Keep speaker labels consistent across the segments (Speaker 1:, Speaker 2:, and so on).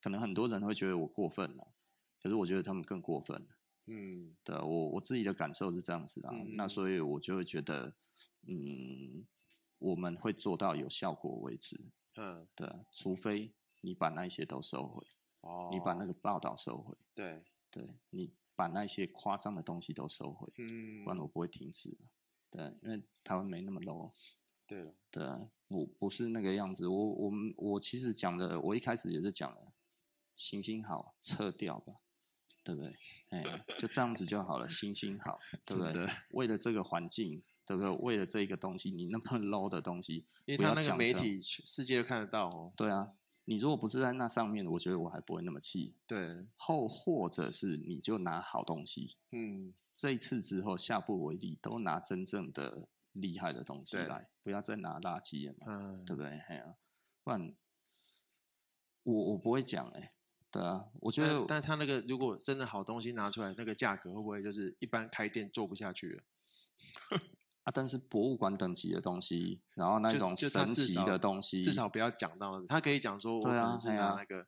Speaker 1: 可能很多人会觉得我过分了，可是我觉得他们更过分。
Speaker 2: 嗯
Speaker 1: 对啊我我自己的感受是这样子的、啊，
Speaker 2: 嗯
Speaker 1: 那所以我就会觉得，嗯，我们会做到有效果为止，
Speaker 2: 嗯，
Speaker 1: 对啊、除非你把那些都收回，
Speaker 2: 哦，
Speaker 1: 你把那个报道收回，
Speaker 2: 对，
Speaker 1: 对你把那些夸张的东西都收回，
Speaker 2: 嗯
Speaker 1: 不，然我不会停止的。对，啊因为台湾没那么 low，
Speaker 2: 对了，
Speaker 1: 对啊，我不是那个样子。我我们我其实讲的，我一开始也是讲了，行行好，撤掉吧，对不对？哎，就这样子就好了，行行好，对不
Speaker 2: 真
Speaker 1: 对
Speaker 2: 的？
Speaker 1: 为了这个环境，对不对？为了这一个东西，你那么 low 的东西，
Speaker 2: 因为
Speaker 1: 不
Speaker 2: 他
Speaker 1: 要
Speaker 2: 那个
Speaker 1: 讲
Speaker 2: 媒
Speaker 1: 这样
Speaker 2: 体全世界都看得到哦，
Speaker 1: 对啊，你如果不是在那上面，我觉得我还不会那么气。
Speaker 2: 对，
Speaker 1: 后或者是你就拿好东西，
Speaker 2: 嗯，
Speaker 1: 这一次之后下不为例，都拿真正的厉害的东西
Speaker 2: 对
Speaker 1: 来，不要再拿垃圾了嘛。
Speaker 2: 嗯，
Speaker 1: 对不对？哎呀、不然我我不会讲哎、对啊，我觉得
Speaker 2: 但但他那个如果真的好东西拿出来，那个价格会不会就是一般开店做不下去了？
Speaker 1: 啊，但是博物馆等级的东西，然后那
Speaker 2: 就
Speaker 1: 种
Speaker 2: 就他
Speaker 1: 神
Speaker 2: 至
Speaker 1: 奇
Speaker 2: 少
Speaker 1: 的东西，
Speaker 2: 至少不要讲到，他可以讲说我可
Speaker 1: 对啊
Speaker 2: 能是
Speaker 1: 哎
Speaker 2: 拿
Speaker 1: 呀
Speaker 2: 那个、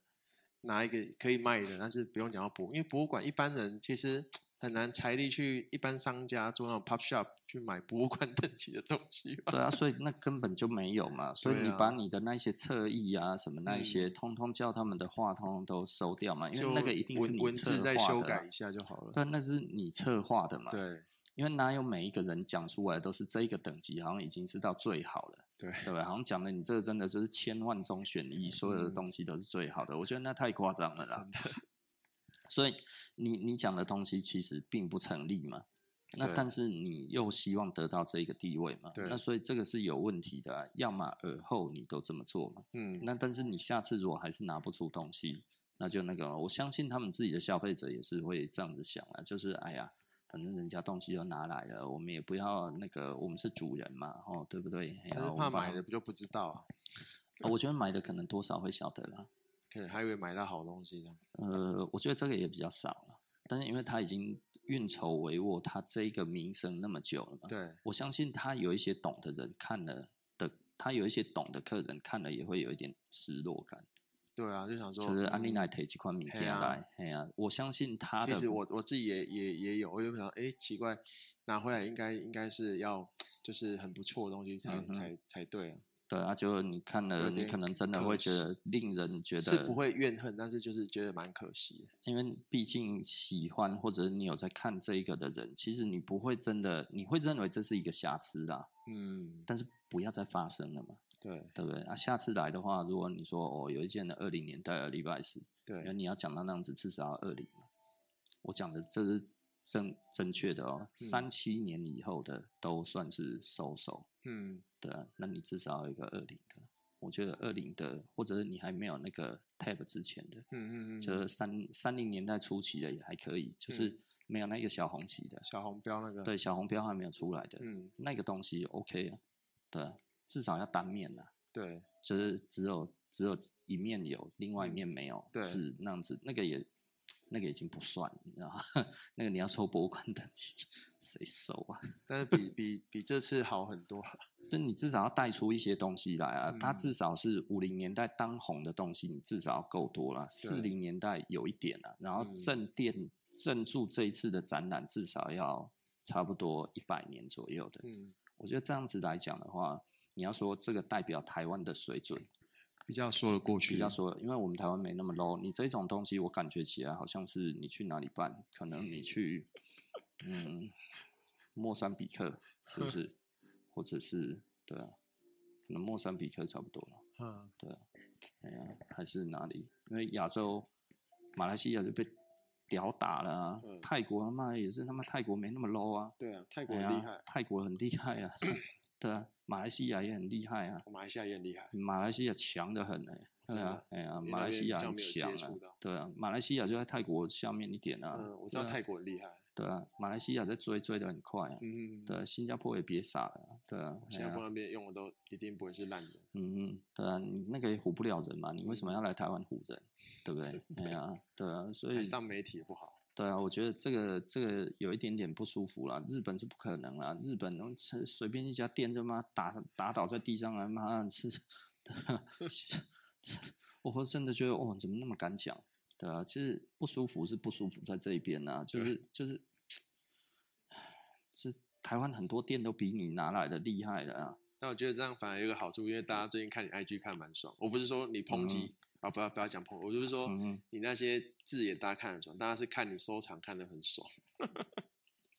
Speaker 2: 拿一个可以卖的，但是不用讲到博，因为博物馆一般人其实很难财力去一般商家做那种 pop shop 去买博物馆等级的东西哦吧。
Speaker 1: 对啊，所以那根本就没有嘛。所以
Speaker 2: 对
Speaker 1: 你
Speaker 2: 啊嗯
Speaker 1: 把你的那些侧翼啊什么那一些，通通叫他们的话，通通都收掉嘛，因
Speaker 2: 就
Speaker 1: 为那个一定是
Speaker 2: 文
Speaker 1: 你
Speaker 2: 文
Speaker 1: 策
Speaker 2: 字再
Speaker 1: 划
Speaker 2: 修
Speaker 1: 的啊
Speaker 2: 改一下就好了。
Speaker 1: 对，那是你策划的嘛。，
Speaker 2: 对
Speaker 1: 因为哪有每一个人讲出来都是这一个等级，好像已经是到最好了。
Speaker 2: 对
Speaker 1: 对吧？好像讲的你这个真的就是千万中选一，所有的
Speaker 2: 嗯
Speaker 1: 东西都是最好的，我觉得那太夸张了啦
Speaker 2: 真。的
Speaker 1: 所以你你讲的东西其实并不成立嘛。那
Speaker 2: 对
Speaker 1: 但是你又希望得到这一个地位嘛？
Speaker 2: 对
Speaker 1: 那所以这个是有问题的啊、要么尔后你都这么做嘛？
Speaker 2: 嗯，
Speaker 1: 那但是你下次如果还是拿不出东西，那就那个哦了，我相信他们自己的消费者也是会这样子想啊，就是哎呀，反正人家东西都拿来了，我们也不要那个，我们是主人嘛，哦，对不对？
Speaker 2: 他
Speaker 1: 然
Speaker 2: 是
Speaker 1: 后
Speaker 2: 怕买了不就不知道啊，
Speaker 1: 啊我觉得买的可能多少会晓得啦。
Speaker 2: 可能还以为买到好东西呢。
Speaker 1: 呃，我觉得这个也比较少了，但是因为他已经运筹帷幄，他这一个名声那么久了嘛，
Speaker 2: 对，
Speaker 1: 我相信他有一些懂的人看了的，他有一些懂的客人看了也会有一点失落感，
Speaker 2: 对啊，就想说，
Speaker 1: 就是安利
Speaker 2: 嗯
Speaker 1: 来提这款物件
Speaker 2: 嘿啊
Speaker 1: 来，哎呀、我相信他
Speaker 2: 其
Speaker 1: 的，
Speaker 2: 实我我自己也也也有，我就想，哎，奇怪，拿回来应该应该是要就是很不错的东西才、
Speaker 1: 嗯哼
Speaker 2: 才才对啊，
Speaker 1: 对啊，就你看
Speaker 2: 有
Speaker 1: 了，你
Speaker 2: 点
Speaker 1: 可能真的
Speaker 2: 可
Speaker 1: 会觉
Speaker 2: 惜
Speaker 1: 得令人觉得
Speaker 2: 是不会怨恨，但是就是觉得蛮可惜的。
Speaker 1: 因为毕竟喜欢或者你有在看这一个的人，其实你不会真的，你会认为这是一个瑕疵啦，
Speaker 2: 嗯，
Speaker 1: 但是不要再发生了嘛，
Speaker 2: 对
Speaker 1: 对不对？啊，下次来的话，如果你说哦，有一件的二零年代的礼拜四，那
Speaker 2: 对，
Speaker 1: 你要讲到那样子，至少要二零嘛。我讲的这是正正确的哦，
Speaker 2: 嗯
Speaker 1: 三七年以后的都算是收手，
Speaker 2: 嗯，
Speaker 1: 对啊，那你至少要有一个二零的。我觉得二零的，或者是你还没有那个 tab 之前的，
Speaker 2: 嗯嗯嗯，嗯
Speaker 1: 就是三三零年代初期的也还可以，就是没有那个小红旗的，
Speaker 2: 小红标那个，，
Speaker 1: 对，小红标还没有出来的、
Speaker 2: 嗯，
Speaker 1: 那个东西 OK 啊，对啊，至少要单面啦，
Speaker 2: 对
Speaker 1: 就是只有只有一面有，另外一
Speaker 2: 嗯
Speaker 1: 面没有，
Speaker 2: 对
Speaker 1: 是那样子，那个也那个已经不算，你知道吗？ 那个你要收博物馆等级， 谁收啊？
Speaker 2: 但是比比比这次好很多了。
Speaker 1: 就你至少要带出一些东西来啊，它
Speaker 2: 嗯
Speaker 1: 至少是五零年代当红的东西，你至少要够多啦。四
Speaker 2: 对
Speaker 1: 零年代有一点啊，然后
Speaker 2: 嗯
Speaker 1: 正殿正住这一次的展览至少要差不多一百年左右的。
Speaker 2: 嗯，
Speaker 1: 我觉得这样子来讲的话，你要说这个代表台湾的水准，
Speaker 2: 比较说得过去，
Speaker 1: 比较说，因为我们台湾没那么 low，你这种东西我感觉起来好像是你去哪里办，可能你去嗯莫桑比克是不 是，或者是对啊，可能莫桑比克差不多了，
Speaker 2: 嗯，
Speaker 1: 对啊，哎呀、还是哪里？因为亚洲马来西亚就被屌打了啊，
Speaker 2: 嗯
Speaker 1: 泰国他妈也是他妈泰国没那么 low 啊，
Speaker 2: 对啊，泰
Speaker 1: 泰
Speaker 2: 国很厉害，
Speaker 1: 泰国很厉害 啊，对啊，马来西亚也很厉害啊。
Speaker 2: 马来西亚也很厉害，
Speaker 1: 马来西亚强的很哎、对啊，哎呀、
Speaker 2: 你
Speaker 1: 马
Speaker 2: 那
Speaker 1: 来
Speaker 2: 边
Speaker 1: 西亚
Speaker 2: 比较
Speaker 1: 很
Speaker 2: 没有
Speaker 1: 强
Speaker 2: 接
Speaker 1: 啊
Speaker 2: 触到，
Speaker 1: 对啊，马来西亚就在泰国下面一点啊，
Speaker 2: 嗯，我知道
Speaker 1: 对啊
Speaker 2: 泰国很厉害，
Speaker 1: 对啊，马来西亚在追追的很快啊，
Speaker 2: 嗯，
Speaker 1: 对啊，新加坡也别傻了啊，对啊，
Speaker 2: 新
Speaker 1: 哎
Speaker 2: 加
Speaker 1: 呀
Speaker 2: 坡那边用的都一定不会是烂的，
Speaker 1: 嗯嗯，对啊，你那个也唬不了人嘛，你为什么
Speaker 2: 嗯
Speaker 1: 要来台湾唬人，对不 对？哎呀、对啊，所
Speaker 2: 还
Speaker 1: 以
Speaker 2: 上媒体也不好，
Speaker 1: 对啊，我觉得这个这个有一点点不舒服啦。日本是不可能啦，日本能吃随便一家店就妈打打倒在地上啊，妈是，啊我会真的觉得，哦，怎么那么敢讲？对啊，其实不舒服是不舒服在这一边啊，就是就是，是台湾很多店都比你拿来的厉害的啊。
Speaker 2: 但我觉得这样反而有一个好处，因为大家最近看你 IG 看得蛮爽。我不是说你抨击、啊，不要不要讲抨，我就是说
Speaker 1: 嗯，
Speaker 2: 你那些字眼大家看得爽，大家是看你收藏看得很爽。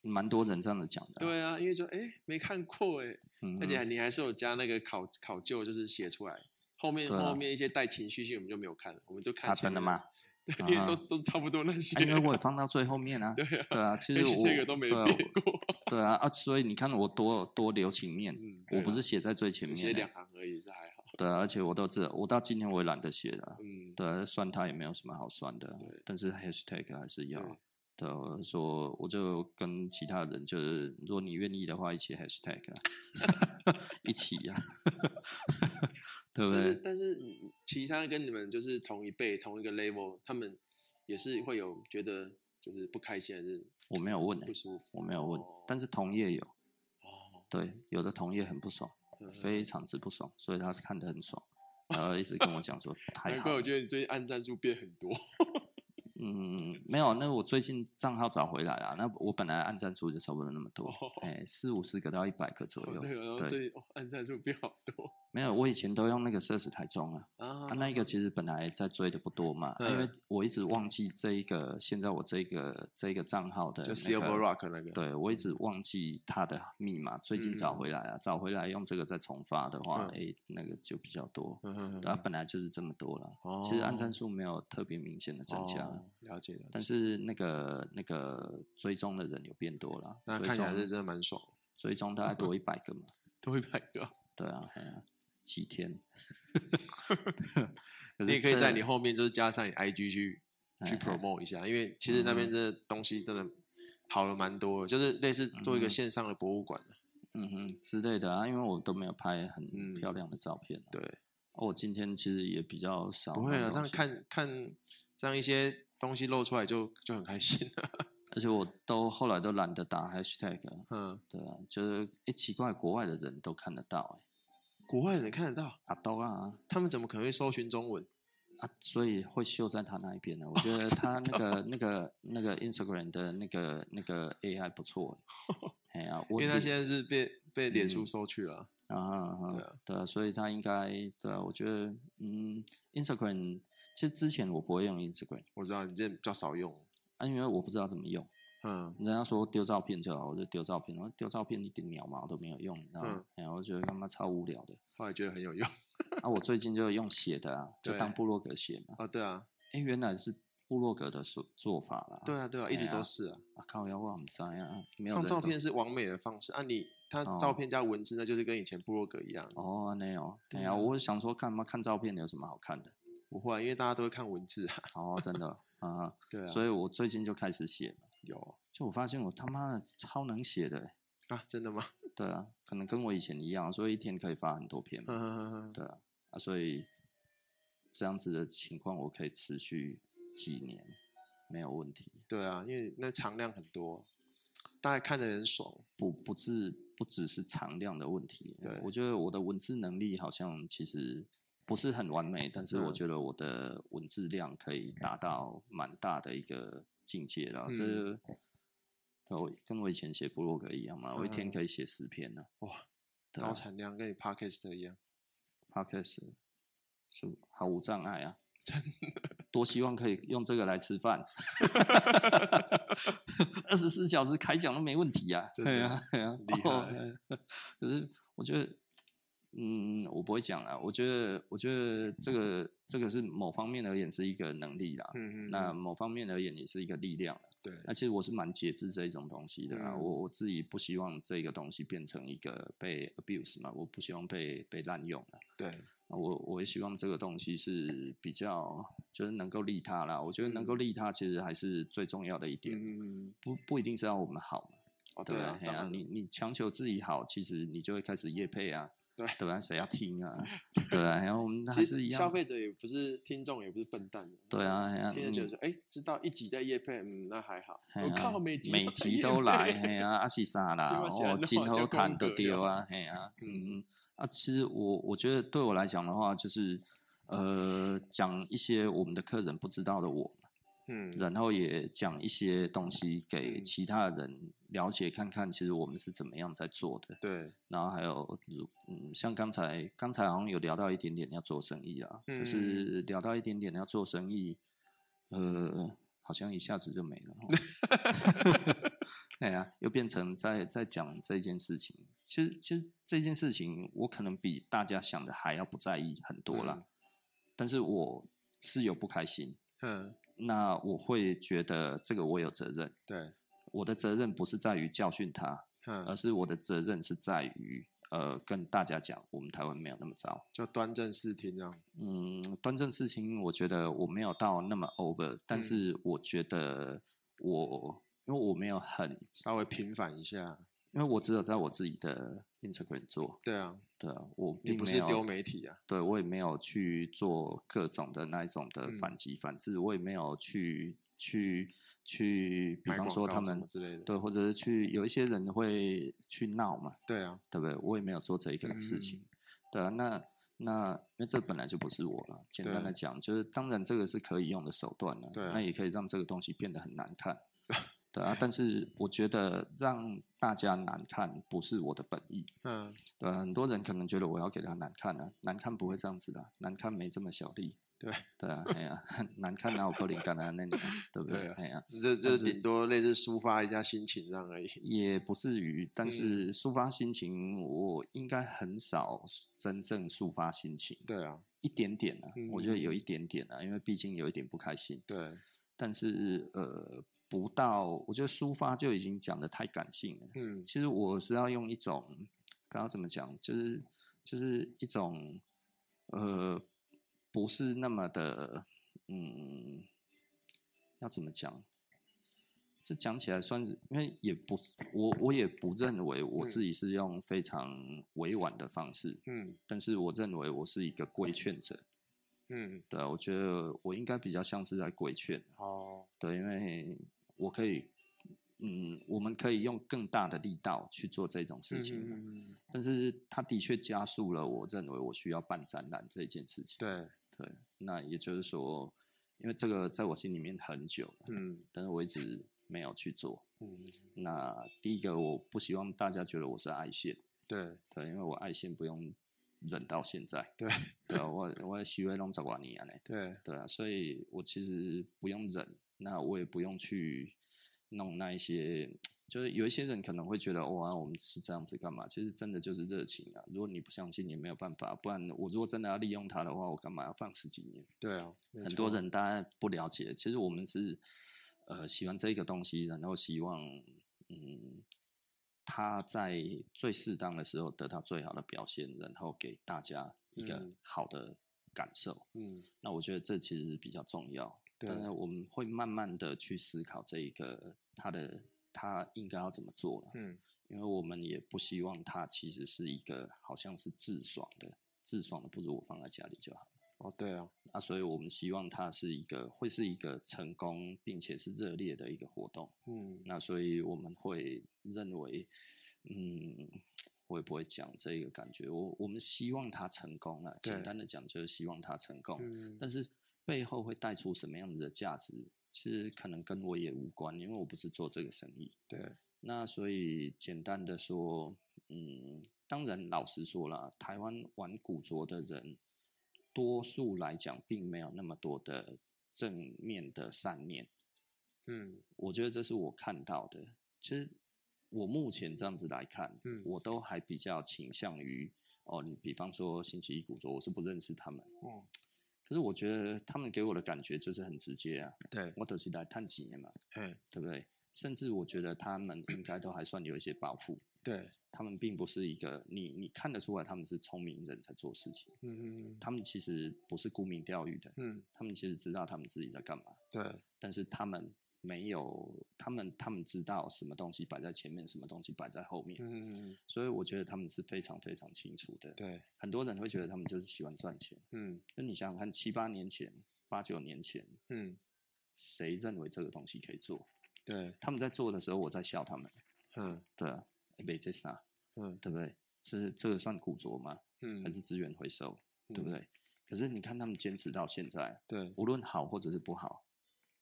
Speaker 1: 蛮多人这样子讲的啊、
Speaker 2: 对啊，因为就哎、没看过哎、
Speaker 1: 嗯哼，
Speaker 2: 而且你还是有加那个考考究，就是写出来。后面、
Speaker 1: 对啊
Speaker 2: 后面一些带情绪性我们就没有看了，我们就看、
Speaker 1: 啊真的吗？？
Speaker 2: 对，
Speaker 1: 啊
Speaker 2: 因为都都差不多那些。
Speaker 1: 啊因为 我也放到最后面啊。
Speaker 2: 对啊，
Speaker 1: 对啊，其
Speaker 2: 而
Speaker 1: 实
Speaker 2: 且
Speaker 1: 我
Speaker 2: 这个都没
Speaker 1: 对啊
Speaker 2: 变过。
Speaker 1: 对啊啊，所以你看我多多留情面，
Speaker 2: 嗯对
Speaker 1: 我不
Speaker 2: 啦
Speaker 1: 是写在最前
Speaker 2: 你写
Speaker 1: 面
Speaker 2: 两
Speaker 1: 的，
Speaker 2: 行而已，这还好。
Speaker 1: 对啊，而且我都知道，我到今天我也懒得写了啊，
Speaker 2: 嗯，
Speaker 1: 对啊，算它也没有什么好算的
Speaker 2: 对，
Speaker 1: 但是 hashtag 还是要
Speaker 2: 对。
Speaker 1: 对啊，我说我就跟其他人，就是如果你愿意的话，一起 hashtag，啊 一起呀、对不
Speaker 2: 但是
Speaker 1: 对？
Speaker 2: 但是你其他跟你们就是同一辈同一个 level，他们也是会有觉得就是不开心还是
Speaker 1: 我没有问、欸
Speaker 2: 不，舒服。
Speaker 1: 我没有问
Speaker 2: 哦，
Speaker 1: 但是同业有，
Speaker 2: 哦，
Speaker 1: 对，有的同业很不爽，
Speaker 2: 嗯
Speaker 1: 非常之不爽，所以他是看得很 爽，然后一直跟我讲说太
Speaker 2: 难
Speaker 1: 好啊
Speaker 2: 怪
Speaker 1: 了
Speaker 2: 我觉得你最近按赞数变很 多。
Speaker 1: 嗯，没有，那我最近账号找回来了，那我本来按赞数就差不多那么多
Speaker 2: 哦，
Speaker 1: 哎、四五十个到一百个左右，
Speaker 2: 对，然后最近哦按赞数变好 多
Speaker 1: 没有，我以前都用那个社死台中啊，
Speaker 2: 啊
Speaker 1: 啊，那一个其实本来在追的不多嘛，啊因为
Speaker 2: 嗯
Speaker 1: 我一直忘记这一个，现在我这个这个账号的
Speaker 2: 就
Speaker 1: 那个
Speaker 2: Silver Rock 那个
Speaker 1: 对我一直忘记它的密码，最近找
Speaker 2: 嗯
Speaker 1: 回来啊，找回来用这个再重发的话，
Speaker 2: 嗯
Speaker 1: 哎、那个就比较多，
Speaker 2: 嗯哼哼
Speaker 1: 对啊，
Speaker 2: 哼
Speaker 1: 本来就是这么多了，其实按
Speaker 2: 哦
Speaker 1: 赞数没有特别明显的增加。
Speaker 2: 哦了解了解。
Speaker 1: 但是那个那个追踪的人有变多了，
Speaker 2: 那
Speaker 1: 追
Speaker 2: 看起来
Speaker 1: 踪
Speaker 2: 是真的蛮爽，
Speaker 1: 追踪大概多 一百个嘛，
Speaker 2: 多一百个。
Speaker 1: 对啊，哎呀几 天，
Speaker 2: 你也可以
Speaker 1: 这
Speaker 2: 在你后面就是加上你 IG 去去
Speaker 1: 哎
Speaker 2: promote 一下，因为其实那边
Speaker 1: 嗯
Speaker 2: 这东西真的好了蛮多的，就是类似做一个
Speaker 1: 嗯
Speaker 2: 线上的博物馆。
Speaker 1: 嗯哼之类的啊，因为我都没有拍很
Speaker 2: 嗯
Speaker 1: 漂亮的照片啊、
Speaker 2: 对，
Speaker 1: 哦我今天其实也比较少
Speaker 2: 不
Speaker 1: 弄东
Speaker 2: 会
Speaker 1: 西，
Speaker 2: 了，这样看看这样一些东西露出来就就很开心了。
Speaker 1: 而且我都后来都懒得打 hashtag，了
Speaker 2: 嗯，
Speaker 1: 对啊，就是诶奇怪，国外的人都看得到、
Speaker 2: 国外人看得到，
Speaker 1: 哎，啊都啊。
Speaker 2: 他们怎么可能会搜寻中文？
Speaker 1: 啊，所以会秀在他那一边呢。
Speaker 2: 哦
Speaker 1: 我觉得他那个、那个、那个 Instagram 的那个、那个 AI 不 错欸。哎呀、
Speaker 2: 因
Speaker 1: 我
Speaker 2: 为他
Speaker 1: 理
Speaker 2: 现在是被被脸书
Speaker 1: 嗯
Speaker 2: 收去了啊。
Speaker 1: 啊哈啊哈
Speaker 2: 对啊
Speaker 1: 对啊，所以他应该对啊。我觉得嗯，Instagram 其实之前我不会用 Instagram
Speaker 2: 我知道你这比较少用。
Speaker 1: 啊，因为我不知道怎么用。
Speaker 2: 嗯，
Speaker 1: 人家说丢照片就好，我就丢照片，然后丢照片一点鸟毛都没有用，你知道
Speaker 2: 嗯
Speaker 1: 吗？哎呀、我觉得他妈超无聊的。
Speaker 2: 后来觉得很有用。
Speaker 1: 啊，我最近就用写的啊，就当
Speaker 2: 对
Speaker 1: 部落格写嘛。
Speaker 2: 啊，对啊，
Speaker 1: 哎，原来是部落格的做做法啦。
Speaker 2: 对啊，对啊，一直
Speaker 1: 哎
Speaker 2: 都
Speaker 1: 呀
Speaker 2: 是啊。
Speaker 1: 啊靠，要忘在啊，没有
Speaker 2: 放
Speaker 1: 人
Speaker 2: 照
Speaker 1: 懂
Speaker 2: 片是完美的方式啊你，他
Speaker 1: 哦
Speaker 2: 照片加文字，那就是跟以前部落格一样。
Speaker 1: 哦，那哦，
Speaker 2: 对
Speaker 1: 哎呀，
Speaker 2: 啊
Speaker 1: 我想说看嘛，看照片有什么好看的？
Speaker 2: 不会啊，因为大家都会看文字啊。
Speaker 1: 哦，真的啊，
Speaker 2: 对啊，
Speaker 1: 所
Speaker 2: 以
Speaker 1: 以我最近就开始写嘛，
Speaker 2: 有
Speaker 1: 就我发现我他妈的超能写的欸，
Speaker 2: 啊，真的吗？
Speaker 1: 对啊，可能跟我以前一样，所以一天可以发很多篇嘛，
Speaker 2: 嗯哼哼哼
Speaker 1: 对啊，啊，所以这样子的情况我可以持续几年没有问题，
Speaker 2: 对啊，因为那常量很多，大家看的很爽。
Speaker 1: 不不至不只是常量的问题
Speaker 2: 对，
Speaker 1: 我觉得我的文字能力好像其实不是很完美，但是
Speaker 2: 嗯
Speaker 1: 我觉得我的文字量可以达到蛮大的一个境界了。
Speaker 2: 嗯
Speaker 1: 这跟我跟我以前写部落格一样嘛，我一天
Speaker 2: 嗯
Speaker 1: 可以写十篇呢、
Speaker 2: 哇，
Speaker 1: 对啊
Speaker 2: 高产量跟你 podcast 一样，
Speaker 1: ，podcast 是毫无障碍啊，真的， 多希望可以用这个来吃饭， 二十四小时开讲都没问题啊，
Speaker 2: 真
Speaker 1: 对
Speaker 2: 的
Speaker 1: 啊，对啊，
Speaker 2: 厉害
Speaker 1: 哦可是我觉得，嗯，我不会讲啊，我觉得，我觉得这个这个是某方面而言是一个能力啦，
Speaker 2: 嗯嗯，
Speaker 1: 那
Speaker 2: 嗯
Speaker 1: 某方面而言也是一个力量啦。
Speaker 2: 对
Speaker 1: 那其实我是蛮节制这一种东西的啊，
Speaker 2: 嗯
Speaker 1: 我我自己不希望这个东西变成一个被 abuse 嘛，我不希望被被滥用啊。
Speaker 2: 对，
Speaker 1: 啊我我也希望这个东西是比较就是能够利他啦，我觉得能够
Speaker 2: 嗯
Speaker 1: 利他其实还是最重要的一
Speaker 2: 嗯
Speaker 1: 点，
Speaker 2: 嗯嗯，
Speaker 1: 不不一定是要我们好嘛，
Speaker 2: 哦
Speaker 1: 对
Speaker 2: 对
Speaker 1: 啊
Speaker 2: 啊，，
Speaker 1: 嘿
Speaker 2: 当
Speaker 1: 啊
Speaker 2: 然
Speaker 1: 你你强求自己好，其实你就会开始业配啊，
Speaker 2: 对
Speaker 1: 对啊，谁要听 啊？对啊，然后我们还
Speaker 2: 其
Speaker 1: 是
Speaker 2: 实
Speaker 1: 一样，
Speaker 2: 消费者也不是听众，也不是笨蛋的。
Speaker 1: 对啊，嘿啊
Speaker 2: 听着觉得
Speaker 1: 嗯
Speaker 2: 说，哎、知道一集在夜配，嗯，那还好。
Speaker 1: 嘿
Speaker 2: 我
Speaker 1: 啊
Speaker 2: 靠，每集
Speaker 1: 每
Speaker 2: 在
Speaker 1: 集
Speaker 2: 业
Speaker 1: 都
Speaker 2: 配
Speaker 1: 来，嘿啊，啊是啥 啦？
Speaker 2: 这嘛
Speaker 1: 哦，
Speaker 2: 是
Speaker 1: 今
Speaker 2: 安怎
Speaker 1: 后
Speaker 2: 才
Speaker 1: 谈
Speaker 2: 讲
Speaker 1: 得
Speaker 2: 过
Speaker 1: 对
Speaker 2: 了
Speaker 1: 啊，嘿啊，
Speaker 2: 嗯
Speaker 1: 嗯啊，其实我我觉得对我来讲的话，就是呃，讲一些我们的客人不知道的我，
Speaker 2: 嗯，
Speaker 1: 然后也讲一些东西给
Speaker 2: 嗯
Speaker 1: 其他人了解，看看其实我们是怎么样在做的。
Speaker 2: 对，
Speaker 1: 然后还有，如嗯，像刚才刚才好像有聊到一点点要做生意啊，
Speaker 2: 嗯
Speaker 1: 就是聊到一点点要做生意，呃，好像一下子就没了哦。 哎呀，又变成在在讲这件事情。其实其实这件事情，我可能比大家想的还要不在意很多啦，
Speaker 2: 嗯
Speaker 1: 但是我是有不开心，
Speaker 2: 嗯，
Speaker 1: 那我会觉得这个我有责任。
Speaker 2: 对，
Speaker 1: 我的责任不是在于教训他，而
Speaker 2: 嗯，
Speaker 1: 是我的责任是在于，呃，跟大家讲，我们台湾没有那么糟。
Speaker 2: 就端正视听这样，
Speaker 1: 嗯，端正事情，我觉得我没有到那么 over，但
Speaker 2: 嗯
Speaker 1: 是我觉得我，因为我没有很，
Speaker 2: 稍微平反一下。
Speaker 1: 因为我只有在我自己的 Instagram 做
Speaker 2: 对啊，
Speaker 1: 的，我
Speaker 2: 你
Speaker 1: 并
Speaker 2: 不
Speaker 1: 没
Speaker 2: 是
Speaker 1: 有
Speaker 2: 丢媒体啊？
Speaker 1: 对我也没有去做各种的那一种的
Speaker 2: 嗯
Speaker 1: 反击反制，我也没有去去去，比
Speaker 2: 买
Speaker 1: 方
Speaker 2: 广
Speaker 1: 说他
Speaker 2: 告什
Speaker 1: 们
Speaker 2: 么之类的。
Speaker 1: 对，或者是去有一些人会去闹嘛，
Speaker 2: 对啊，
Speaker 1: 对不对？我也没有做这一
Speaker 2: 嗯
Speaker 1: 个事情，对啊。那那因为这本来就不是我了，简单的
Speaker 2: 对
Speaker 1: 讲，就是当然这个是可以用的手段了，
Speaker 2: 对啊
Speaker 1: 那也可以让这个东西变得很难看，对啊。但是我觉得让大家难看不是我的本意，
Speaker 2: 嗯，
Speaker 1: 对啊、很多人可能觉得我要给他难看啊，难看不会这样子的啊，难看没这么小力，
Speaker 2: 对
Speaker 1: 对啊，哎呀、 难看哪有可能干啊那里啊，对不
Speaker 2: 对
Speaker 1: 对？
Speaker 2: 啊
Speaker 1: 哎呀、
Speaker 2: 这这
Speaker 1: 但是
Speaker 2: 顶多类似抒发一下心情这样而已。
Speaker 1: 也不至于，但
Speaker 2: 嗯
Speaker 1: 是抒发心情，我应该很少真正抒发心情，
Speaker 2: 对啊，
Speaker 1: 一点点啊，我觉得有
Speaker 2: 嗯
Speaker 1: 一点点啊，因为毕竟有一点不开心，
Speaker 2: 对，
Speaker 1: 但是呃，不到，我觉得抒发就已经讲的太感性了。
Speaker 2: 嗯，
Speaker 1: 其实我是要用一种，刚刚怎么讲，就是就是一种，呃，不是那么的，嗯，要怎么讲？这讲起来算是，因为也不是我，我也不认为我
Speaker 2: 嗯
Speaker 1: 自己是用非常委婉的方式，
Speaker 2: 嗯
Speaker 1: 但是我认为我是一个规劝者，
Speaker 2: 嗯，
Speaker 1: 对啊，我觉得我应该比较像是在规劝，
Speaker 2: 好，
Speaker 1: 对，因为我可以，嗯，我们可以用更大的力道去做这种
Speaker 2: 嗯
Speaker 1: 事情啊，
Speaker 2: 嗯嗯
Speaker 1: 但是它的确加速了我认为我需要办展览这件事情。
Speaker 2: 对，
Speaker 1: 对，那也就是说，因为这个在我心里面很久了，
Speaker 2: 嗯
Speaker 1: 但是我一直没有去做。
Speaker 2: 嗯，
Speaker 1: 那第一个，我不希望大家觉得我是爱线，
Speaker 2: 对
Speaker 1: 对，因为我爱线不用忍到现在，
Speaker 2: 对
Speaker 1: 对啊，我我希望弄十多年呢。
Speaker 2: 对，
Speaker 1: 对啊，所以我其实不用忍，那我也不用去弄那一些，就是有一些人可能会觉得，哇，我们是这样子干嘛？其实真的就是热情啊。如果你不相信，也没有办法。不然我如果真的要利用它的话，我干嘛要放十几年？
Speaker 2: 对啊，没
Speaker 1: 很多
Speaker 2: 错
Speaker 1: 人大家不了解，其实我们是呃喜欢这个东西，然后希望嗯。他在最适当的时候得到最好的表现，然后给大家一个
Speaker 2: 嗯
Speaker 1: 好的感受。
Speaker 2: 嗯
Speaker 1: 那我觉得这其实比较重要。
Speaker 2: 对
Speaker 1: 但是我们会慢慢的去思考这一个他的他应该要怎么做了，
Speaker 2: 嗯
Speaker 1: 因为我们也不希望他其实是一个好像是自爽的，自爽的不如我放在家里就好了。
Speaker 2: 哦对啊，
Speaker 1: 那所以我们希望它是一个会是一个成功并且是热烈的一个活动。
Speaker 2: 嗯
Speaker 1: 那所以我们会认为，嗯，我也不会讲这个感觉，我我们希望他成功了。简
Speaker 2: 对
Speaker 1: 单的讲就是希望他成功。
Speaker 2: 嗯
Speaker 1: 哦但是背后会带出什么样子的价值，其实可能跟我也无关，因为我不是做这个生意。
Speaker 2: 对，
Speaker 1: 那所以简单的说，嗯，当然老实说啦，台湾玩古着的人，多数来讲并没有那么多的正面的善念，
Speaker 2: 嗯
Speaker 1: 我觉得这是我看到的。其实我目前这样子来看，
Speaker 2: 嗯
Speaker 1: 我都还比较倾向于哦，你比方说星期一古着，我是不认识他们。
Speaker 2: 哦
Speaker 1: 可是我觉得他们给我的感觉就是很直接啊，
Speaker 2: 对，
Speaker 1: 我都是来探几年嘛，
Speaker 2: 嘿
Speaker 1: 对不对？甚至我觉得他们应该都还算有一些抱负，
Speaker 2: 对，
Speaker 1: 他们并不是一个你你看得出来他们是聪明人在做事情，
Speaker 2: 嗯嗯
Speaker 1: 他们其实不是沽名钓誉的，
Speaker 2: 嗯
Speaker 1: 他们其实知道他们自己在干嘛，
Speaker 2: 对，
Speaker 1: 但是他们没有，他们他们知道什么东西摆在前面，什么东西摆在后面，
Speaker 2: 嗯嗯
Speaker 1: 所以我觉得他们是非常非常清楚的。
Speaker 2: 对，
Speaker 1: 很多人会觉得他们就是喜欢赚钱，
Speaker 2: 嗯
Speaker 1: 那你想想看，七八年前、八九年前，
Speaker 2: 嗯
Speaker 1: 谁认为这个东西可以做？
Speaker 2: 对，
Speaker 1: 他们在做的时候，我在笑他们，
Speaker 2: 嗯
Speaker 1: 对啊，诶没这啥，
Speaker 2: 嗯
Speaker 1: 对不对？是这个算古着吗？还
Speaker 2: 嗯
Speaker 1: 是资源回收，对不
Speaker 2: 嗯
Speaker 1: 对？可是你看他们坚持到现在，
Speaker 2: 对，
Speaker 1: 无论好或者是不好，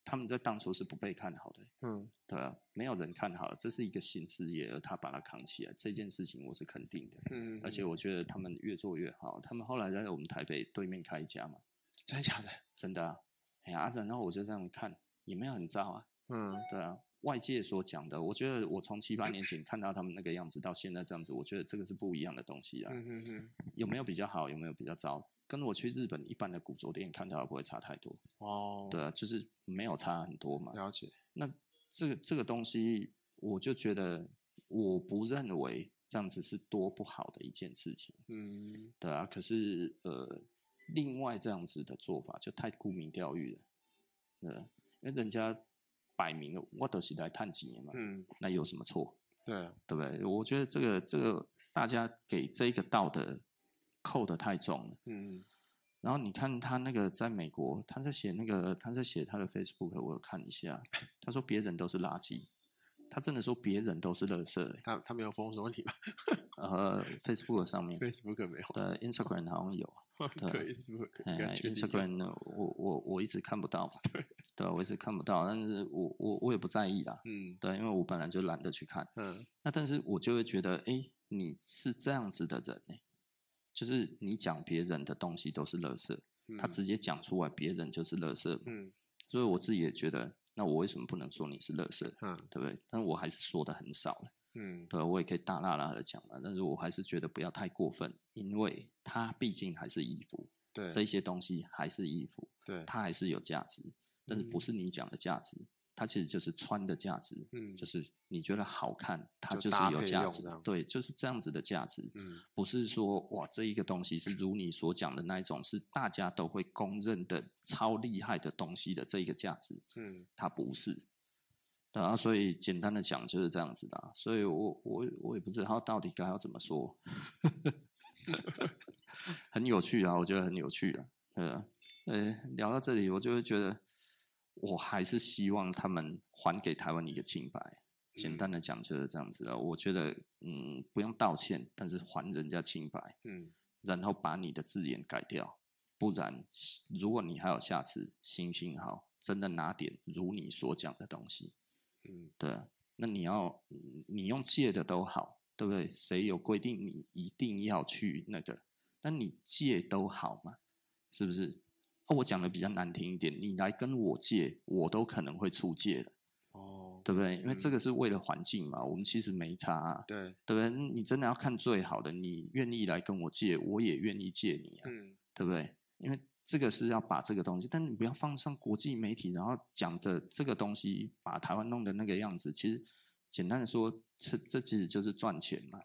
Speaker 1: 他们在当初是不被看好的，
Speaker 2: 嗯
Speaker 1: 对啊，没有人看好，这是一个新事业，而他把它扛起来，这件事情我是肯定的。
Speaker 2: 嗯，
Speaker 1: 而且我觉得他们越做越好，他们后来在我们台北对面开一家嘛，
Speaker 2: 真的假的？
Speaker 1: 真的、啊，哎呀、啊然后我就这样看，也没有很糟啊，
Speaker 2: 嗯，
Speaker 1: 对啊，外界所讲的，我觉得我从七八年前看到他们那个样子到现在这样子，我觉得这个是不一样的东西啊。
Speaker 2: 嗯嗯嗯，
Speaker 1: 有没有比较好？有没有比较糟？跟我去日本一般的古着店看到的不会差太多，
Speaker 2: 哦，
Speaker 1: 对，啊，就是没有差很多嘛。
Speaker 2: 了解，
Speaker 1: 那这个这个东西，我就觉得我不认为这样子是多不好的一件事情，
Speaker 2: 嗯，
Speaker 1: 对啊。可是呃，另外这样子的做法就太沽名钓誉了，呃，因为人家摆明了我都是来探钱的嘛，
Speaker 2: 嗯，
Speaker 1: 那有什么错？
Speaker 2: 对啊，
Speaker 1: 对不对？我觉得这个这个大家给这个道德扣的太重了。
Speaker 2: 嗯，
Speaker 1: 然后你看他那个在美国，他在写那个他在写他的 Facebook，我有看一下，他说别人都是垃圾，他真的说别人都是垃圾、欸。
Speaker 2: 他他没有封锁你吧
Speaker 1: 呃，Facebook 上面
Speaker 2: ？Facebook 没有，
Speaker 1: 的 Instagram 好像有，对啊
Speaker 2: 对，Facebook 应该
Speaker 1: 哎
Speaker 2: 确定有
Speaker 1: ，Instagram 呢我我我一直看不到嘛，对，啊我一直看不到，但是我我我也不在意啦，
Speaker 2: 嗯
Speaker 1: 对，因为我本来就懒得去看。
Speaker 2: 嗯
Speaker 1: 那但是我就会觉得，哎，你是这样子的人呢、就是你讲别人的东西都是垃圾，
Speaker 2: 嗯，
Speaker 1: 他直接讲出来，别人就是垃圾。
Speaker 2: 嗯
Speaker 1: 所以我自己也觉得，那我为什么不能说你是垃圾，
Speaker 2: 嗯
Speaker 1: 对不对？但我还是说的很少了，
Speaker 2: 嗯，
Speaker 1: 对吧，啊我也可以大啦啦的讲嘛，但是我还是觉得不要太过分，因为它毕竟还是衣服，
Speaker 2: 对
Speaker 1: 这些东西还是衣服，
Speaker 2: 对，嗯
Speaker 1: 它还是有价值，但是不是你讲的价值，它其实就是穿的价值，
Speaker 2: 嗯
Speaker 1: 就是你觉得好看，它就是
Speaker 2: 就搭
Speaker 1: 有
Speaker 2: 配
Speaker 1: 价
Speaker 2: 用
Speaker 1: 值
Speaker 2: 这样，
Speaker 1: 对，就是这样子的价值，
Speaker 2: 嗯
Speaker 1: 不是说哇这一个东西是如你所讲的那一种，是大家都会公认的超厉害的东西的这一个价值，
Speaker 2: 嗯
Speaker 1: 它不是。对啊，所以简单的讲就是这样子的啊、所以我我我也不知道到底该要怎么说， 很有趣啊，我觉得很有趣啊，对啊，呃，聊到这里，我就会觉得，我还是希望他们还给台湾一个清白。简
Speaker 2: 嗯
Speaker 1: 单的讲就是这样子了，我觉得，嗯，不用道歉，但是还人家清白，
Speaker 2: 嗯
Speaker 1: 然后把你的字眼改掉，不然，如果你还有下次，行行好，真的拿点如你所讲的东西，
Speaker 2: 嗯
Speaker 1: 对啊，那你要嗯你用借的都好，对不对？谁有规定你一定要去那个？那你借都好嘛，是不是？啊，我讲的比较难听一点，你来跟我借，我都可能会出借的，
Speaker 2: 哦，
Speaker 1: 对不对？因为这
Speaker 2: 嗯
Speaker 1: 个是为了环境嘛，我们其实没差、啊，
Speaker 2: 对，
Speaker 1: 对不对？你真的要看最好的，你愿意来跟我借，我也愿意借你啊，
Speaker 2: 嗯
Speaker 1: 对不对？因为这个是要把这个东西，但你不要放上国际媒体，然后讲的这个东西，把台湾弄的那个样子，其实简单的说，这这其实就是赚钱嘛，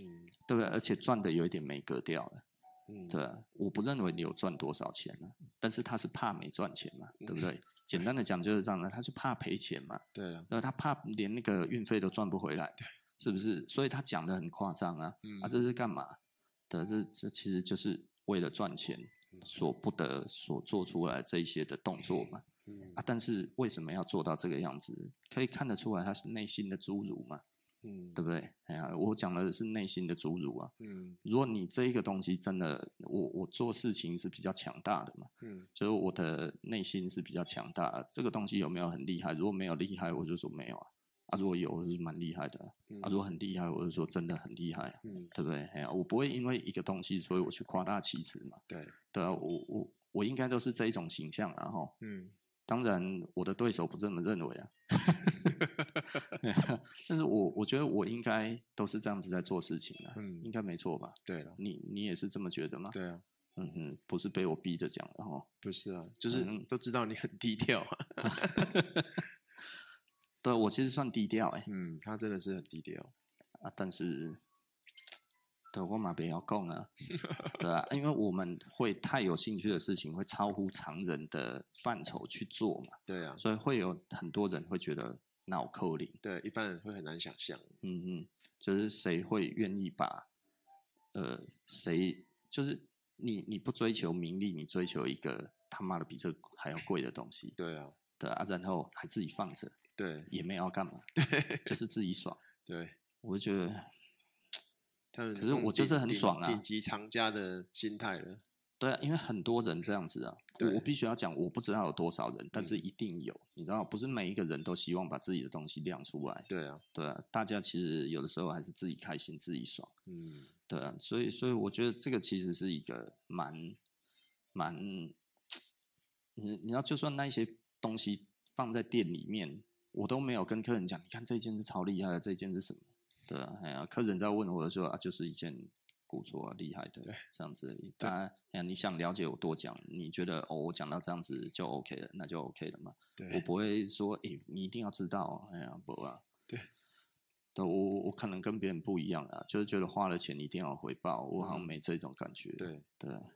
Speaker 2: 嗯
Speaker 1: 对不对？而且赚的有一点没格调了，
Speaker 2: 嗯，
Speaker 1: 对啊，我不认为你有赚多少钱呢、但是他是怕没赚钱嘛，对不对？简单的讲就是这样的，他是怕赔钱嘛，
Speaker 2: 对啊了，
Speaker 1: 那他怕连那个运费都赚不回来，是不是？所以他讲的很夸张啊，
Speaker 2: 嗯
Speaker 1: 啊，这是干嘛？的这这其实就是为了赚钱
Speaker 2: 嗯
Speaker 1: 所不得所做出来这一些的动作嘛，
Speaker 2: 嗯
Speaker 1: 啊，但是为什么要做到这个样子？可以看得出来他是内心的侏儒嘛，
Speaker 2: 嗯
Speaker 1: 对不对？哎呀，我讲的是内心的侏儒啊。
Speaker 2: 嗯
Speaker 1: 如果你这一个东西真的，我我做事情是比较强大的嘛，
Speaker 2: 嗯
Speaker 1: 就是我的内心是比较强大的。这个东西有没有很厉害？如果没有厉害，我就说没有啊。啊，如果有，我就是蛮厉害的啊。
Speaker 2: 嗯
Speaker 1: 啊，如果很厉害，我就说真的很厉害啊，
Speaker 2: 嗯
Speaker 1: 对不对？哎呀、我不会因为一个东西，所以我去夸大其词嘛。
Speaker 2: 对，
Speaker 1: 对啊，我我我应该都是这一种形象啊，然后
Speaker 2: 嗯
Speaker 1: 当然我的对手不这么认为啊。 对啊但是我我觉得我应该都是这样子在做事情啊，
Speaker 2: 嗯
Speaker 1: 应该没错吧？
Speaker 2: 对了，
Speaker 1: 你你也是这么觉得吗？
Speaker 2: 对啊，
Speaker 1: 嗯哼，不是被我逼着讲的哈。
Speaker 2: 不是啊，就是
Speaker 1: 嗯
Speaker 2: 都知道你很低调啊，
Speaker 1: 对啊我其实算低调哎、
Speaker 2: 嗯，他真的是很低调，
Speaker 1: 啊，但是，对我嘛不要讲 啊，对啊，因为我们会太有兴趣的事情会超乎常人的范畴去做嘛，
Speaker 2: 对啊，
Speaker 1: 所以会有很多人会觉得脑扣零，
Speaker 2: 对，一般人会很难想象，
Speaker 1: 嗯嗯，就是谁会愿意把，呃，谁就是你你不追求名利，你追求一个他妈的比这还要贵的东西，
Speaker 2: 对啊，
Speaker 1: 对啊，然后还自己放着，
Speaker 2: 对
Speaker 1: 也没有要干嘛，就是自己爽，
Speaker 2: 对，
Speaker 1: 我就觉得。
Speaker 2: 他们
Speaker 1: 可是我就是很爽啊
Speaker 2: 顶级藏家的心态了，
Speaker 1: 对啊，因为很多人这样子啊，我
Speaker 2: 对
Speaker 1: 我必须要讲，我不知道有多少人，但是一定有，你知道，不是每一个人都希望把自己的东西亮出来，
Speaker 2: 对啊，
Speaker 1: 对啊，大家其实有的时候还是自己开心自己爽，
Speaker 2: 嗯，
Speaker 1: 对啊，所以所以我觉得这个其实是一个蛮蛮，你你要就算那一些东西放在店里面，我都没有跟客人讲，你看这件是超厉害的，这件是什么？对啊，哎呀、客人在问我的时候啊，就是一件古着啊，厉害的
Speaker 2: 对
Speaker 1: 这样子而已。当然，哎呀，你想了解我多讲，你觉得哦，我讲到这样子就 OK 了，那就 OK 了嘛。我
Speaker 2: 对，
Speaker 1: 不会说，诶、你一定要知道哦，哎呀，不啊，
Speaker 2: 对，
Speaker 1: 对我我我可能跟别人不一样啊，就是觉得花了钱一定要有回报，我好像
Speaker 2: 嗯
Speaker 1: 没这种感觉，
Speaker 2: 对，
Speaker 1: 对，哎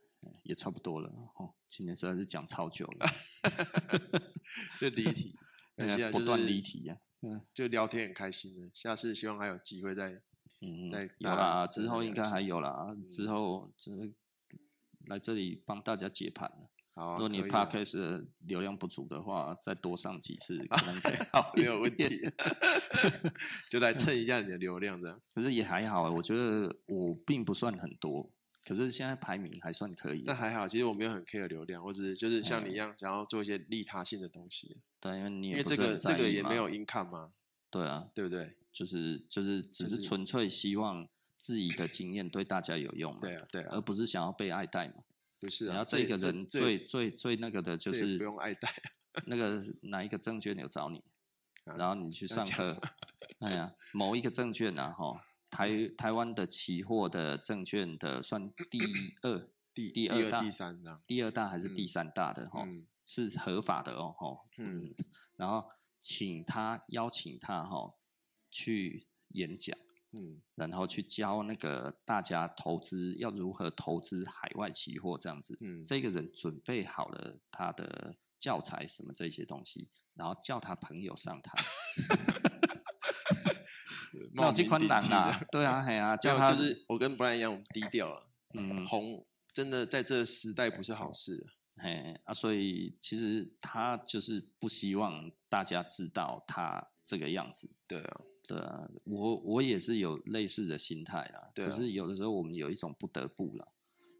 Speaker 1: 也差不多了哦。今天实在是讲超久
Speaker 2: 啊
Speaker 1: 了，，
Speaker 2: 就离题
Speaker 1: 哎
Speaker 2: 感
Speaker 1: 呀
Speaker 2: 谢啊，
Speaker 1: 不
Speaker 2: 就
Speaker 1: 断
Speaker 2: 是
Speaker 1: 离题呀、嗯
Speaker 2: 就聊天很开心的，下次希望还有机会再
Speaker 1: 嗯
Speaker 2: 再
Speaker 1: 嗯，有
Speaker 2: 大家
Speaker 1: 啦，
Speaker 2: 再
Speaker 1: 之后
Speaker 2: 聊
Speaker 1: 应
Speaker 2: 一
Speaker 1: 该
Speaker 2: 下
Speaker 1: 还有啦，
Speaker 2: 嗯
Speaker 1: 之后这来这里帮大家解盘了。
Speaker 2: 好啊。
Speaker 1: 如果你
Speaker 2: 可以啊
Speaker 1: podcast 的流量不足的话，再多上几 次可能会好
Speaker 2: 没
Speaker 1: 一
Speaker 2: 有问
Speaker 1: 点
Speaker 2: 题，就来蹭一下你的流量这样。
Speaker 1: 可是也还好欸，我觉得我并不算很多，可是现在排名还算可以
Speaker 2: 但
Speaker 1: 啊。
Speaker 2: 还好，其实我没有很 care 流量，我只是就是像
Speaker 1: 嗯
Speaker 2: 你一样，想要做一些利他性的东西，
Speaker 1: 对，因为你
Speaker 2: 因
Speaker 1: 也
Speaker 2: 为
Speaker 1: 不
Speaker 2: 这
Speaker 1: 是很
Speaker 2: 个
Speaker 1: 在
Speaker 2: 这个
Speaker 1: 意
Speaker 2: 也
Speaker 1: 嘛
Speaker 2: 没有 income 嘛，
Speaker 1: 对啊，
Speaker 2: 对不对？
Speaker 1: 就是就是只
Speaker 2: 就是是
Speaker 1: 纯粹希望自己的经验对大家有用嘛，
Speaker 2: 对啊，对啊，
Speaker 1: 而不是想要被爱戴嘛。
Speaker 2: 不是啊。
Speaker 1: 然后这个
Speaker 2: 也
Speaker 1: 人
Speaker 2: 这也
Speaker 1: 最最最那个的就
Speaker 2: 这也
Speaker 1: 是
Speaker 2: 不用爱戴
Speaker 1: 那个哪一个证券有找你，
Speaker 2: 啊
Speaker 1: 然后你去
Speaker 2: 这
Speaker 1: 上
Speaker 2: 样
Speaker 1: 课， 哎呀，某一个证券啊，哈，台
Speaker 2: 嗯
Speaker 1: 台湾的期货的证券的 算第二。
Speaker 2: 第
Speaker 1: 第二
Speaker 2: 二
Speaker 1: 大
Speaker 2: 第三这样。
Speaker 1: 第二大还是
Speaker 2: 嗯
Speaker 1: 第三大的哈、
Speaker 2: 嗯
Speaker 1: 是合法的哦，吼，
Speaker 2: 嗯
Speaker 1: 嗯，然后请他邀请他哈、去演讲，
Speaker 2: 嗯，
Speaker 1: 然后去教那个大家投资要如何投资海外期货这样子，
Speaker 2: 嗯
Speaker 1: 这个人准备好了他的教材什么这些东西，然后叫他朋友上台，那
Speaker 2: 冒
Speaker 1: 有这
Speaker 2: 名
Speaker 1: 款
Speaker 2: 顶
Speaker 1: 人
Speaker 2: 替这
Speaker 1: 啊
Speaker 2: 样，
Speaker 1: 对啊，嘿啊，
Speaker 2: 没
Speaker 1: 叫
Speaker 2: 有
Speaker 1: 他
Speaker 2: 就是我跟不然一样，我们低调了。
Speaker 1: 嗯
Speaker 2: 红真的在这个时代不是好事。
Speaker 1: 嘿啊，所以其实他就是不希望大家知道他这个样子。
Speaker 2: 对啊，
Speaker 1: 对啊，我我也是有类似的心态啦，
Speaker 2: 对
Speaker 1: 可
Speaker 2: 啊嗯
Speaker 1: 是有的时候我们有一种不得不啦。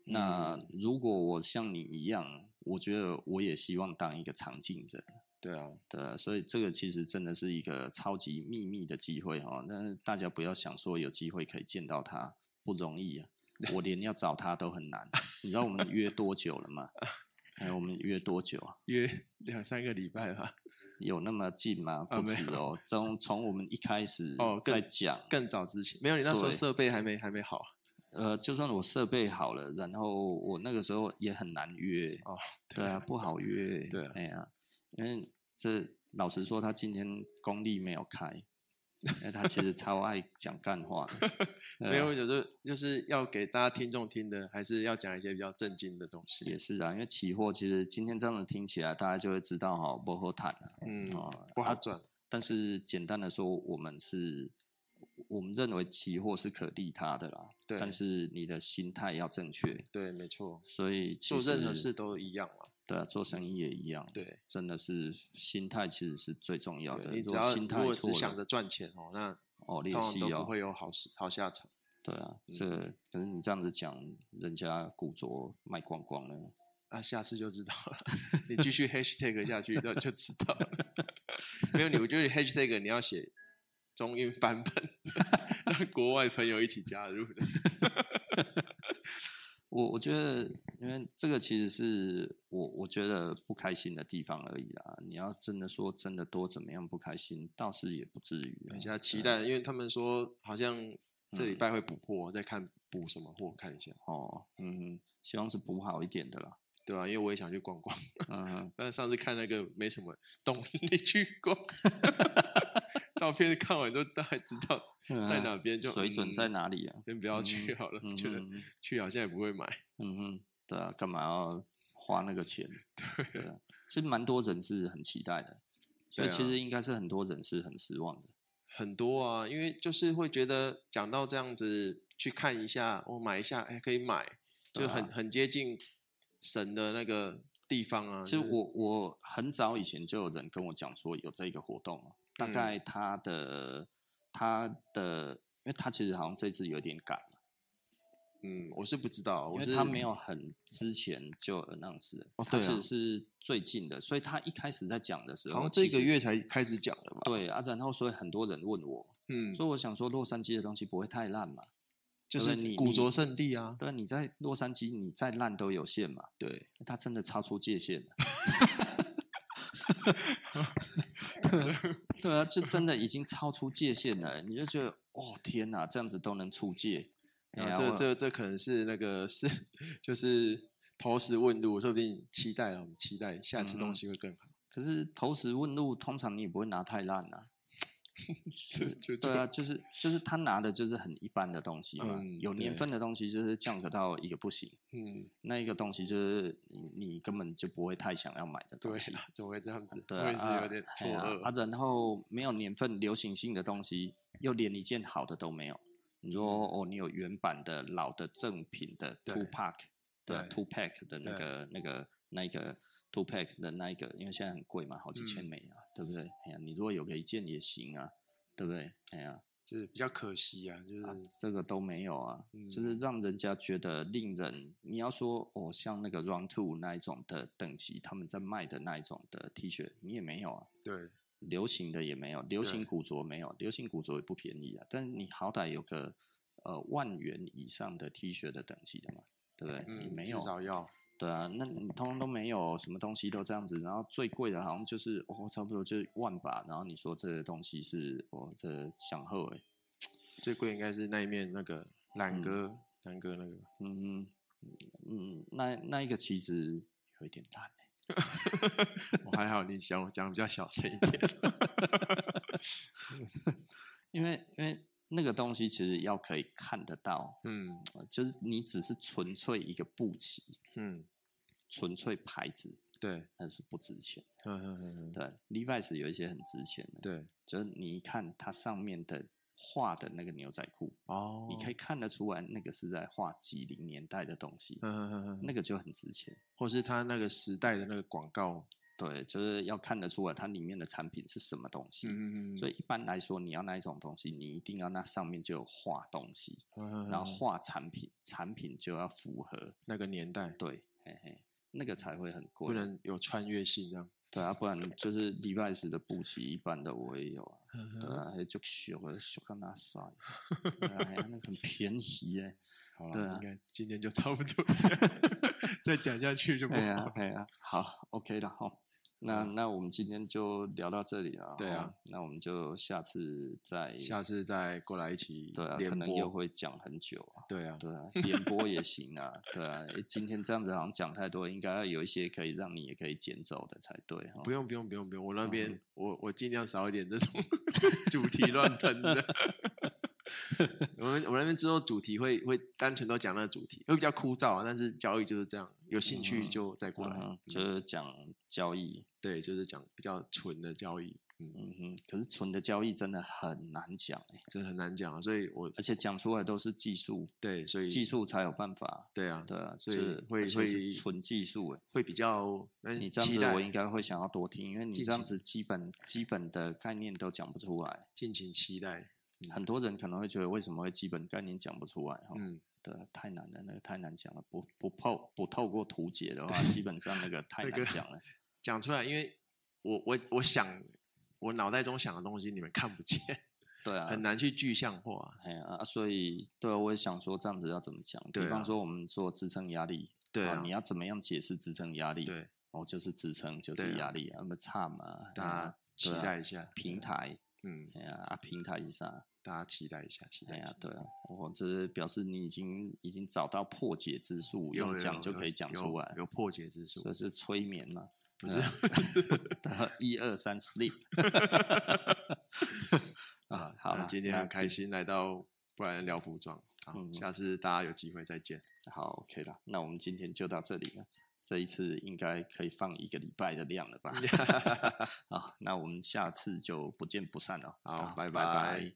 Speaker 1: 那如果我像你一样，我觉得我也希望当一个长进者，
Speaker 2: 对啊，
Speaker 1: 对啊、所以这个其实真的是一个超级秘密的机会哈、那大家不要想说有机会可以见到他不容易啊，我连要找他都很难。你知道我们约多久了吗？哎，我们约多久啊？
Speaker 2: 约 两三个礼拜吧，
Speaker 1: 有那么近吗？
Speaker 2: 啊
Speaker 1: 不
Speaker 2: 没
Speaker 1: 止
Speaker 2: 有
Speaker 1: 哦，从从我们一开始
Speaker 2: 哦更
Speaker 1: 在讲，
Speaker 2: 更早之前没有，你那时候
Speaker 1: 对
Speaker 2: 设备还没还没好。啊
Speaker 1: 呃，就算我设备好了，然后我那个时候也很难约，
Speaker 2: 哦，
Speaker 1: 对啊，不好约，
Speaker 2: 对啊
Speaker 1: 哎呀、因为这老实说，他今天功力没有开，因为他其实超爱讲干话的对啊
Speaker 2: 没有，就是就是要给大家听众听的，还是要讲一些比较正经的东
Speaker 1: 也
Speaker 2: 西。
Speaker 1: 是啊，因为期货其实今天这样子听起来，大家就会知道哈、不好谈啊，
Speaker 2: 嗯
Speaker 1: 哦，
Speaker 2: 不
Speaker 1: 啊
Speaker 2: 好赚。
Speaker 1: 但是简单的说，我们是，我们认为期货是可利他的啦，
Speaker 2: 对
Speaker 1: 但是你的心态要正确，
Speaker 2: 对，没错，
Speaker 1: 所以其
Speaker 2: 做任何
Speaker 1: 实
Speaker 2: 事都一样嘛。
Speaker 1: 对啊，做生意也一样，
Speaker 2: 对，
Speaker 1: 真的是心态其实是最重要
Speaker 2: 对
Speaker 1: 的。
Speaker 2: 你
Speaker 1: 如
Speaker 2: 只
Speaker 1: 果
Speaker 2: 要
Speaker 1: 心
Speaker 2: 如
Speaker 1: 态
Speaker 2: 果
Speaker 1: 错
Speaker 2: 只
Speaker 1: 了，
Speaker 2: 想着赚钱哦，那
Speaker 1: 哦，
Speaker 2: 通
Speaker 1: 练
Speaker 2: 常
Speaker 1: 习
Speaker 2: 都
Speaker 1: 哦
Speaker 2: 不，会有好事好下场。
Speaker 1: 对啊，
Speaker 2: 嗯
Speaker 1: 这个可是你这样子讲，人家古着卖光光了，
Speaker 2: 那下次就知道了， 你继续 hashtag 下去，那就知道了。 没有你，我觉得你 hashtag 你要写中英版本， 让国外朋友一起加入的。
Speaker 1: 我我觉得，因为这个其实是我我觉得不开心的地方而已啦。你要真的说真的多怎么样不开心，倒是也不至于啊、嗯
Speaker 2: 等一下
Speaker 1: 对
Speaker 2: 期待，因为他们说好像这礼拜会补货，再看补什么货，看一下，
Speaker 1: 哦，嗯，希望是补好一点的啦。
Speaker 2: 对啊吧、因为我也想去逛 逛，
Speaker 1: 嗯哼，
Speaker 2: 但是上次看那个没什么 动力去逛，照片看完都大概知道
Speaker 1: 嗯
Speaker 2: 在
Speaker 1: 啊
Speaker 2: 哪边就
Speaker 1: 水准在
Speaker 2: 嗯
Speaker 1: 哪里啊？
Speaker 2: 先不要去
Speaker 1: 嗯
Speaker 2: 好了，
Speaker 1: 嗯
Speaker 2: 觉得
Speaker 1: 哼
Speaker 2: 去好像也不会买。
Speaker 1: 嗯哼，对啊，干嘛要花那个 钱？对啊，其实蛮多人是很期待的，所以
Speaker 2: 对啊
Speaker 1: 其实应该是很多人是很失望的。
Speaker 2: 很多啊，因为就是会觉得讲到这样子去看一下，我、买一下，哎、可以买，
Speaker 1: 对
Speaker 2: 就很、
Speaker 1: 啊
Speaker 2: 很接近神的那个地方啊。
Speaker 1: 其实
Speaker 2: 就是
Speaker 1: 我我很早以前就有人跟我讲说有这个活动啊，大
Speaker 2: 嗯
Speaker 1: 概他的、他的，因为他其实好像这次有点赶了，
Speaker 2: 嗯，我是不知道，
Speaker 1: 因
Speaker 2: 我
Speaker 1: 为
Speaker 2: 是
Speaker 1: 他没有很之前就 announce 的，
Speaker 2: 哦
Speaker 1: 他
Speaker 2: 对
Speaker 1: 是
Speaker 2: 啊
Speaker 1: 是最近的，所以他一开始在讲的时
Speaker 2: 好
Speaker 1: 候，
Speaker 2: 像这
Speaker 1: 其
Speaker 2: 个
Speaker 1: 实
Speaker 2: 月才开始讲的吧？
Speaker 1: 对啊，然后所以很多人问我，
Speaker 2: 嗯，
Speaker 1: 所以我想说洛杉矶的东西不会太烂嘛，
Speaker 2: 就
Speaker 1: 对不对
Speaker 2: 是
Speaker 1: 你
Speaker 2: 古
Speaker 1: 你
Speaker 2: 着圣地啊，
Speaker 1: 对，你在洛杉矶你再烂都有限嘛，
Speaker 2: 对，
Speaker 1: 他真的超出界 限了。对啊，就真的已经超出界限了，你就觉得哦天哪，这样子都能出界？哎
Speaker 2: 啊
Speaker 1: 呀，
Speaker 2: 这
Speaker 1: 我
Speaker 2: 这这可能是那个是就是投石问路，说不定期待了，我们期待下次
Speaker 1: 嗯
Speaker 2: 东
Speaker 1: 哼
Speaker 2: 西 会更好。
Speaker 1: 可是投石问路，通常你也不会拿太烂 啊。
Speaker 2: 就就
Speaker 1: 对啊，，就是就是他拿的就是很一般的东西嘛，
Speaker 2: 嗯
Speaker 1: 有年
Speaker 2: 对
Speaker 1: 份的东西就是降格到一个不行，
Speaker 2: 就嗯，
Speaker 1: 那一个东西就是你你根本就不会太想要买的
Speaker 2: 对
Speaker 1: 东西。
Speaker 2: 啊，怎么会这样子？
Speaker 1: 对
Speaker 2: 我也
Speaker 1: 啊，
Speaker 2: 是有点错
Speaker 1: 哎呀
Speaker 2: 愕。
Speaker 1: 啊。然后没有年份流行性的东西，又连一件好的都没有。你说、哦，你有原版的老的正品的
Speaker 2: 嗯对
Speaker 1: Two Pack 的
Speaker 2: 对
Speaker 1: Two Pack 的那
Speaker 2: 对
Speaker 1: 个那个那一个 Two Pack 的那一个，因为现在很贵嘛，好几千
Speaker 2: 嗯
Speaker 1: 美啊，对不对？哎呀，你如果有个一件也行啊，对不对？哎呀，
Speaker 2: 就是比较可惜啊，就是、
Speaker 1: 啊，这个都没有啊，就
Speaker 2: 嗯
Speaker 1: 是让人家觉得令人，你要说哦，像那个 Round Two 那一种的等级，他们在卖的那一种的 T 恤，你也没有啊，
Speaker 2: 对，
Speaker 1: 流行的也没有，流行
Speaker 2: 对
Speaker 1: 古着没有，流行古着也不便宜啊，但你好歹有个呃万元以上的 T 恤的等级的嘛，对不对？你
Speaker 2: 嗯，
Speaker 1: 没
Speaker 2: 至
Speaker 1: 有，
Speaker 2: 少要
Speaker 1: 对啊，那你通通都没有，什么东西都这样子，然后最贵的好像就是哦，差不多就是万把，然后你说这个东西是哦，这享后哎，
Speaker 2: 最贵应该是那一面那个
Speaker 1: 嗯
Speaker 2: 懒哥，懒、哥那个吧，
Speaker 1: 嗯嗯，那那一个其实有一点烂、欸，
Speaker 2: 我还好，你讲我讲比较小声一 点，
Speaker 1: 因为因为那个东西其实要可以看得到，
Speaker 2: 嗯
Speaker 1: 呃就是你只是纯粹一个布旗，
Speaker 2: 嗯，
Speaker 1: 纯粹牌子，
Speaker 2: 对，
Speaker 1: 那是不值钱。
Speaker 2: 嗯嗯嗯，嗯
Speaker 1: 对，Levi's 有一些很值钱的，，
Speaker 2: 对，
Speaker 1: 就是你一看它上面的画的那个牛仔裤，
Speaker 2: 哦，
Speaker 1: 你可以，看得出来那个是在画几零年代的东西，
Speaker 2: 嗯嗯嗯
Speaker 1: 那
Speaker 2: 嗯，
Speaker 1: 个就很值钱。
Speaker 2: 或是他那个时代的那个广告，
Speaker 1: 对，就是要看得出来它里面的产品是什么东西。
Speaker 2: 嗯嗯嗯，
Speaker 1: 所以一般来说，你要那一种东西，你一定要那上面就有画东西，
Speaker 2: 嗯，嗯嗯
Speaker 1: 然后
Speaker 2: 嗯
Speaker 1: 画产品，产品就要符合
Speaker 2: 那个年代
Speaker 1: 对，嘿嘿，那个才会很贵。
Speaker 2: 不能有穿越性这样，
Speaker 1: 对啊，不然就是礼拜时的补齐一般的我也有啊，
Speaker 2: 嗯
Speaker 1: 对
Speaker 2: 嗯
Speaker 1: 啊，还就修我修干那啥， 对啊哎呀那个很便宜耶、
Speaker 2: 好
Speaker 1: 对
Speaker 2: 了，
Speaker 1: 啊
Speaker 2: 应该今天就差 不多这样，再讲下去就不
Speaker 1: 哎
Speaker 2: 好
Speaker 1: 呀
Speaker 2: 了，嗯
Speaker 1: 哎呀，好，OK 了哈。 那那我们今天就聊到这里了。
Speaker 2: 对啊
Speaker 1: 齁，那我们就下次再
Speaker 2: 下次再过来一起
Speaker 1: 对啊，
Speaker 2: 联
Speaker 1: 可能又
Speaker 2: 播，
Speaker 1: 会讲很久 啊。
Speaker 2: 对啊，
Speaker 1: 对啊，点播也行啊，对啊。诶今天这样子好像讲太多，应该要有一些可以让你也可以捡走的才对哈。
Speaker 2: 不用不用不用不用，我那
Speaker 1: 哦嗯
Speaker 2: 边、我我尽量少一点这种 主题乱喷的。我们我那边之后主题会会单纯都讲那个主题，会比较枯燥啊。但是交易就是这样，有兴
Speaker 1: 嗯
Speaker 2: 趣
Speaker 1: 哼
Speaker 2: 就再过
Speaker 1: 嗯
Speaker 2: 来。
Speaker 1: 哼，就
Speaker 2: 嗯
Speaker 1: 是讲交易，
Speaker 2: 对，就是讲比较纯的交易，嗯，
Speaker 1: 嗯哼。可是纯的交易真的很难讲诶，
Speaker 2: 这很难讲啊。所以我
Speaker 1: 而且讲出来都是技术，
Speaker 2: 对，所以
Speaker 1: 技术才有办法。
Speaker 2: 对啊，
Speaker 1: 对啊，
Speaker 2: 所以
Speaker 1: 是
Speaker 2: 会
Speaker 1: 而且是
Speaker 2: 会
Speaker 1: 纯技术诶。
Speaker 2: 会比较那
Speaker 1: 你这样
Speaker 2: 期
Speaker 1: 子，我
Speaker 2: 待
Speaker 1: 应该会想要多听，因为你
Speaker 2: 敬
Speaker 1: 这样
Speaker 2: 请
Speaker 1: 子基本基本的概念都讲不出来，嗯
Speaker 2: 敬请期待。
Speaker 1: 很多人可能会觉得为什么会基本概念讲不出来哈？
Speaker 2: 嗯，
Speaker 1: 对，啊太难了，那个太难讲了，不不透不透过图解的 话，基本上那个太
Speaker 2: 那
Speaker 1: 难
Speaker 2: 个
Speaker 1: 讲了。
Speaker 2: 讲出来，因为我我我想我脑袋中想的东西你们看不见，
Speaker 1: 对啊，
Speaker 2: 很。难去具象化啊。
Speaker 1: 哎呀、啊，所以对啊、我也想说这样子要怎么讲？比
Speaker 2: 对
Speaker 1: 方
Speaker 2: 啊
Speaker 1: 说我们说支撑压力，
Speaker 2: 对
Speaker 1: 啊
Speaker 2: 啊
Speaker 1: 你要怎么样解释支撑压力？
Speaker 2: 对，
Speaker 1: 哦，就是支撑，就
Speaker 2: 对
Speaker 1: 是
Speaker 2: 啊
Speaker 1: 压力，那么差嘛，
Speaker 2: 大
Speaker 1: 哎呀
Speaker 2: 家期
Speaker 1: 对啊
Speaker 2: 待一下
Speaker 1: 平台，
Speaker 2: 嗯，
Speaker 1: 哎呀，啊，平台是啥？
Speaker 2: 大家期待一下，期
Speaker 1: 哎
Speaker 2: 待一
Speaker 1: 呀
Speaker 2: 下，。
Speaker 1: 对啊，我这是表示你已经已经找到破解之术，
Speaker 2: 有
Speaker 1: 用
Speaker 2: 有
Speaker 1: 讲就
Speaker 2: 有
Speaker 1: 可以讲
Speaker 2: 有
Speaker 1: 出来，
Speaker 2: 有破解之术
Speaker 1: 这。是催眠嘛？
Speaker 2: 不
Speaker 1: 对 啊，然后一二三 sleep 啊，好
Speaker 2: 那
Speaker 1: 啦
Speaker 2: 今天
Speaker 1: 那
Speaker 2: 很开心来到不然聊服装，好，
Speaker 1: 嗯
Speaker 2: 下次大家有机会再见。
Speaker 1: 好 OK 啦，那我们今天就到这里了。这一次应该可以放一个礼拜的量了 吧？啊，那我们下次就不见不散了。
Speaker 2: 好拜
Speaker 1: 拜
Speaker 2: 拜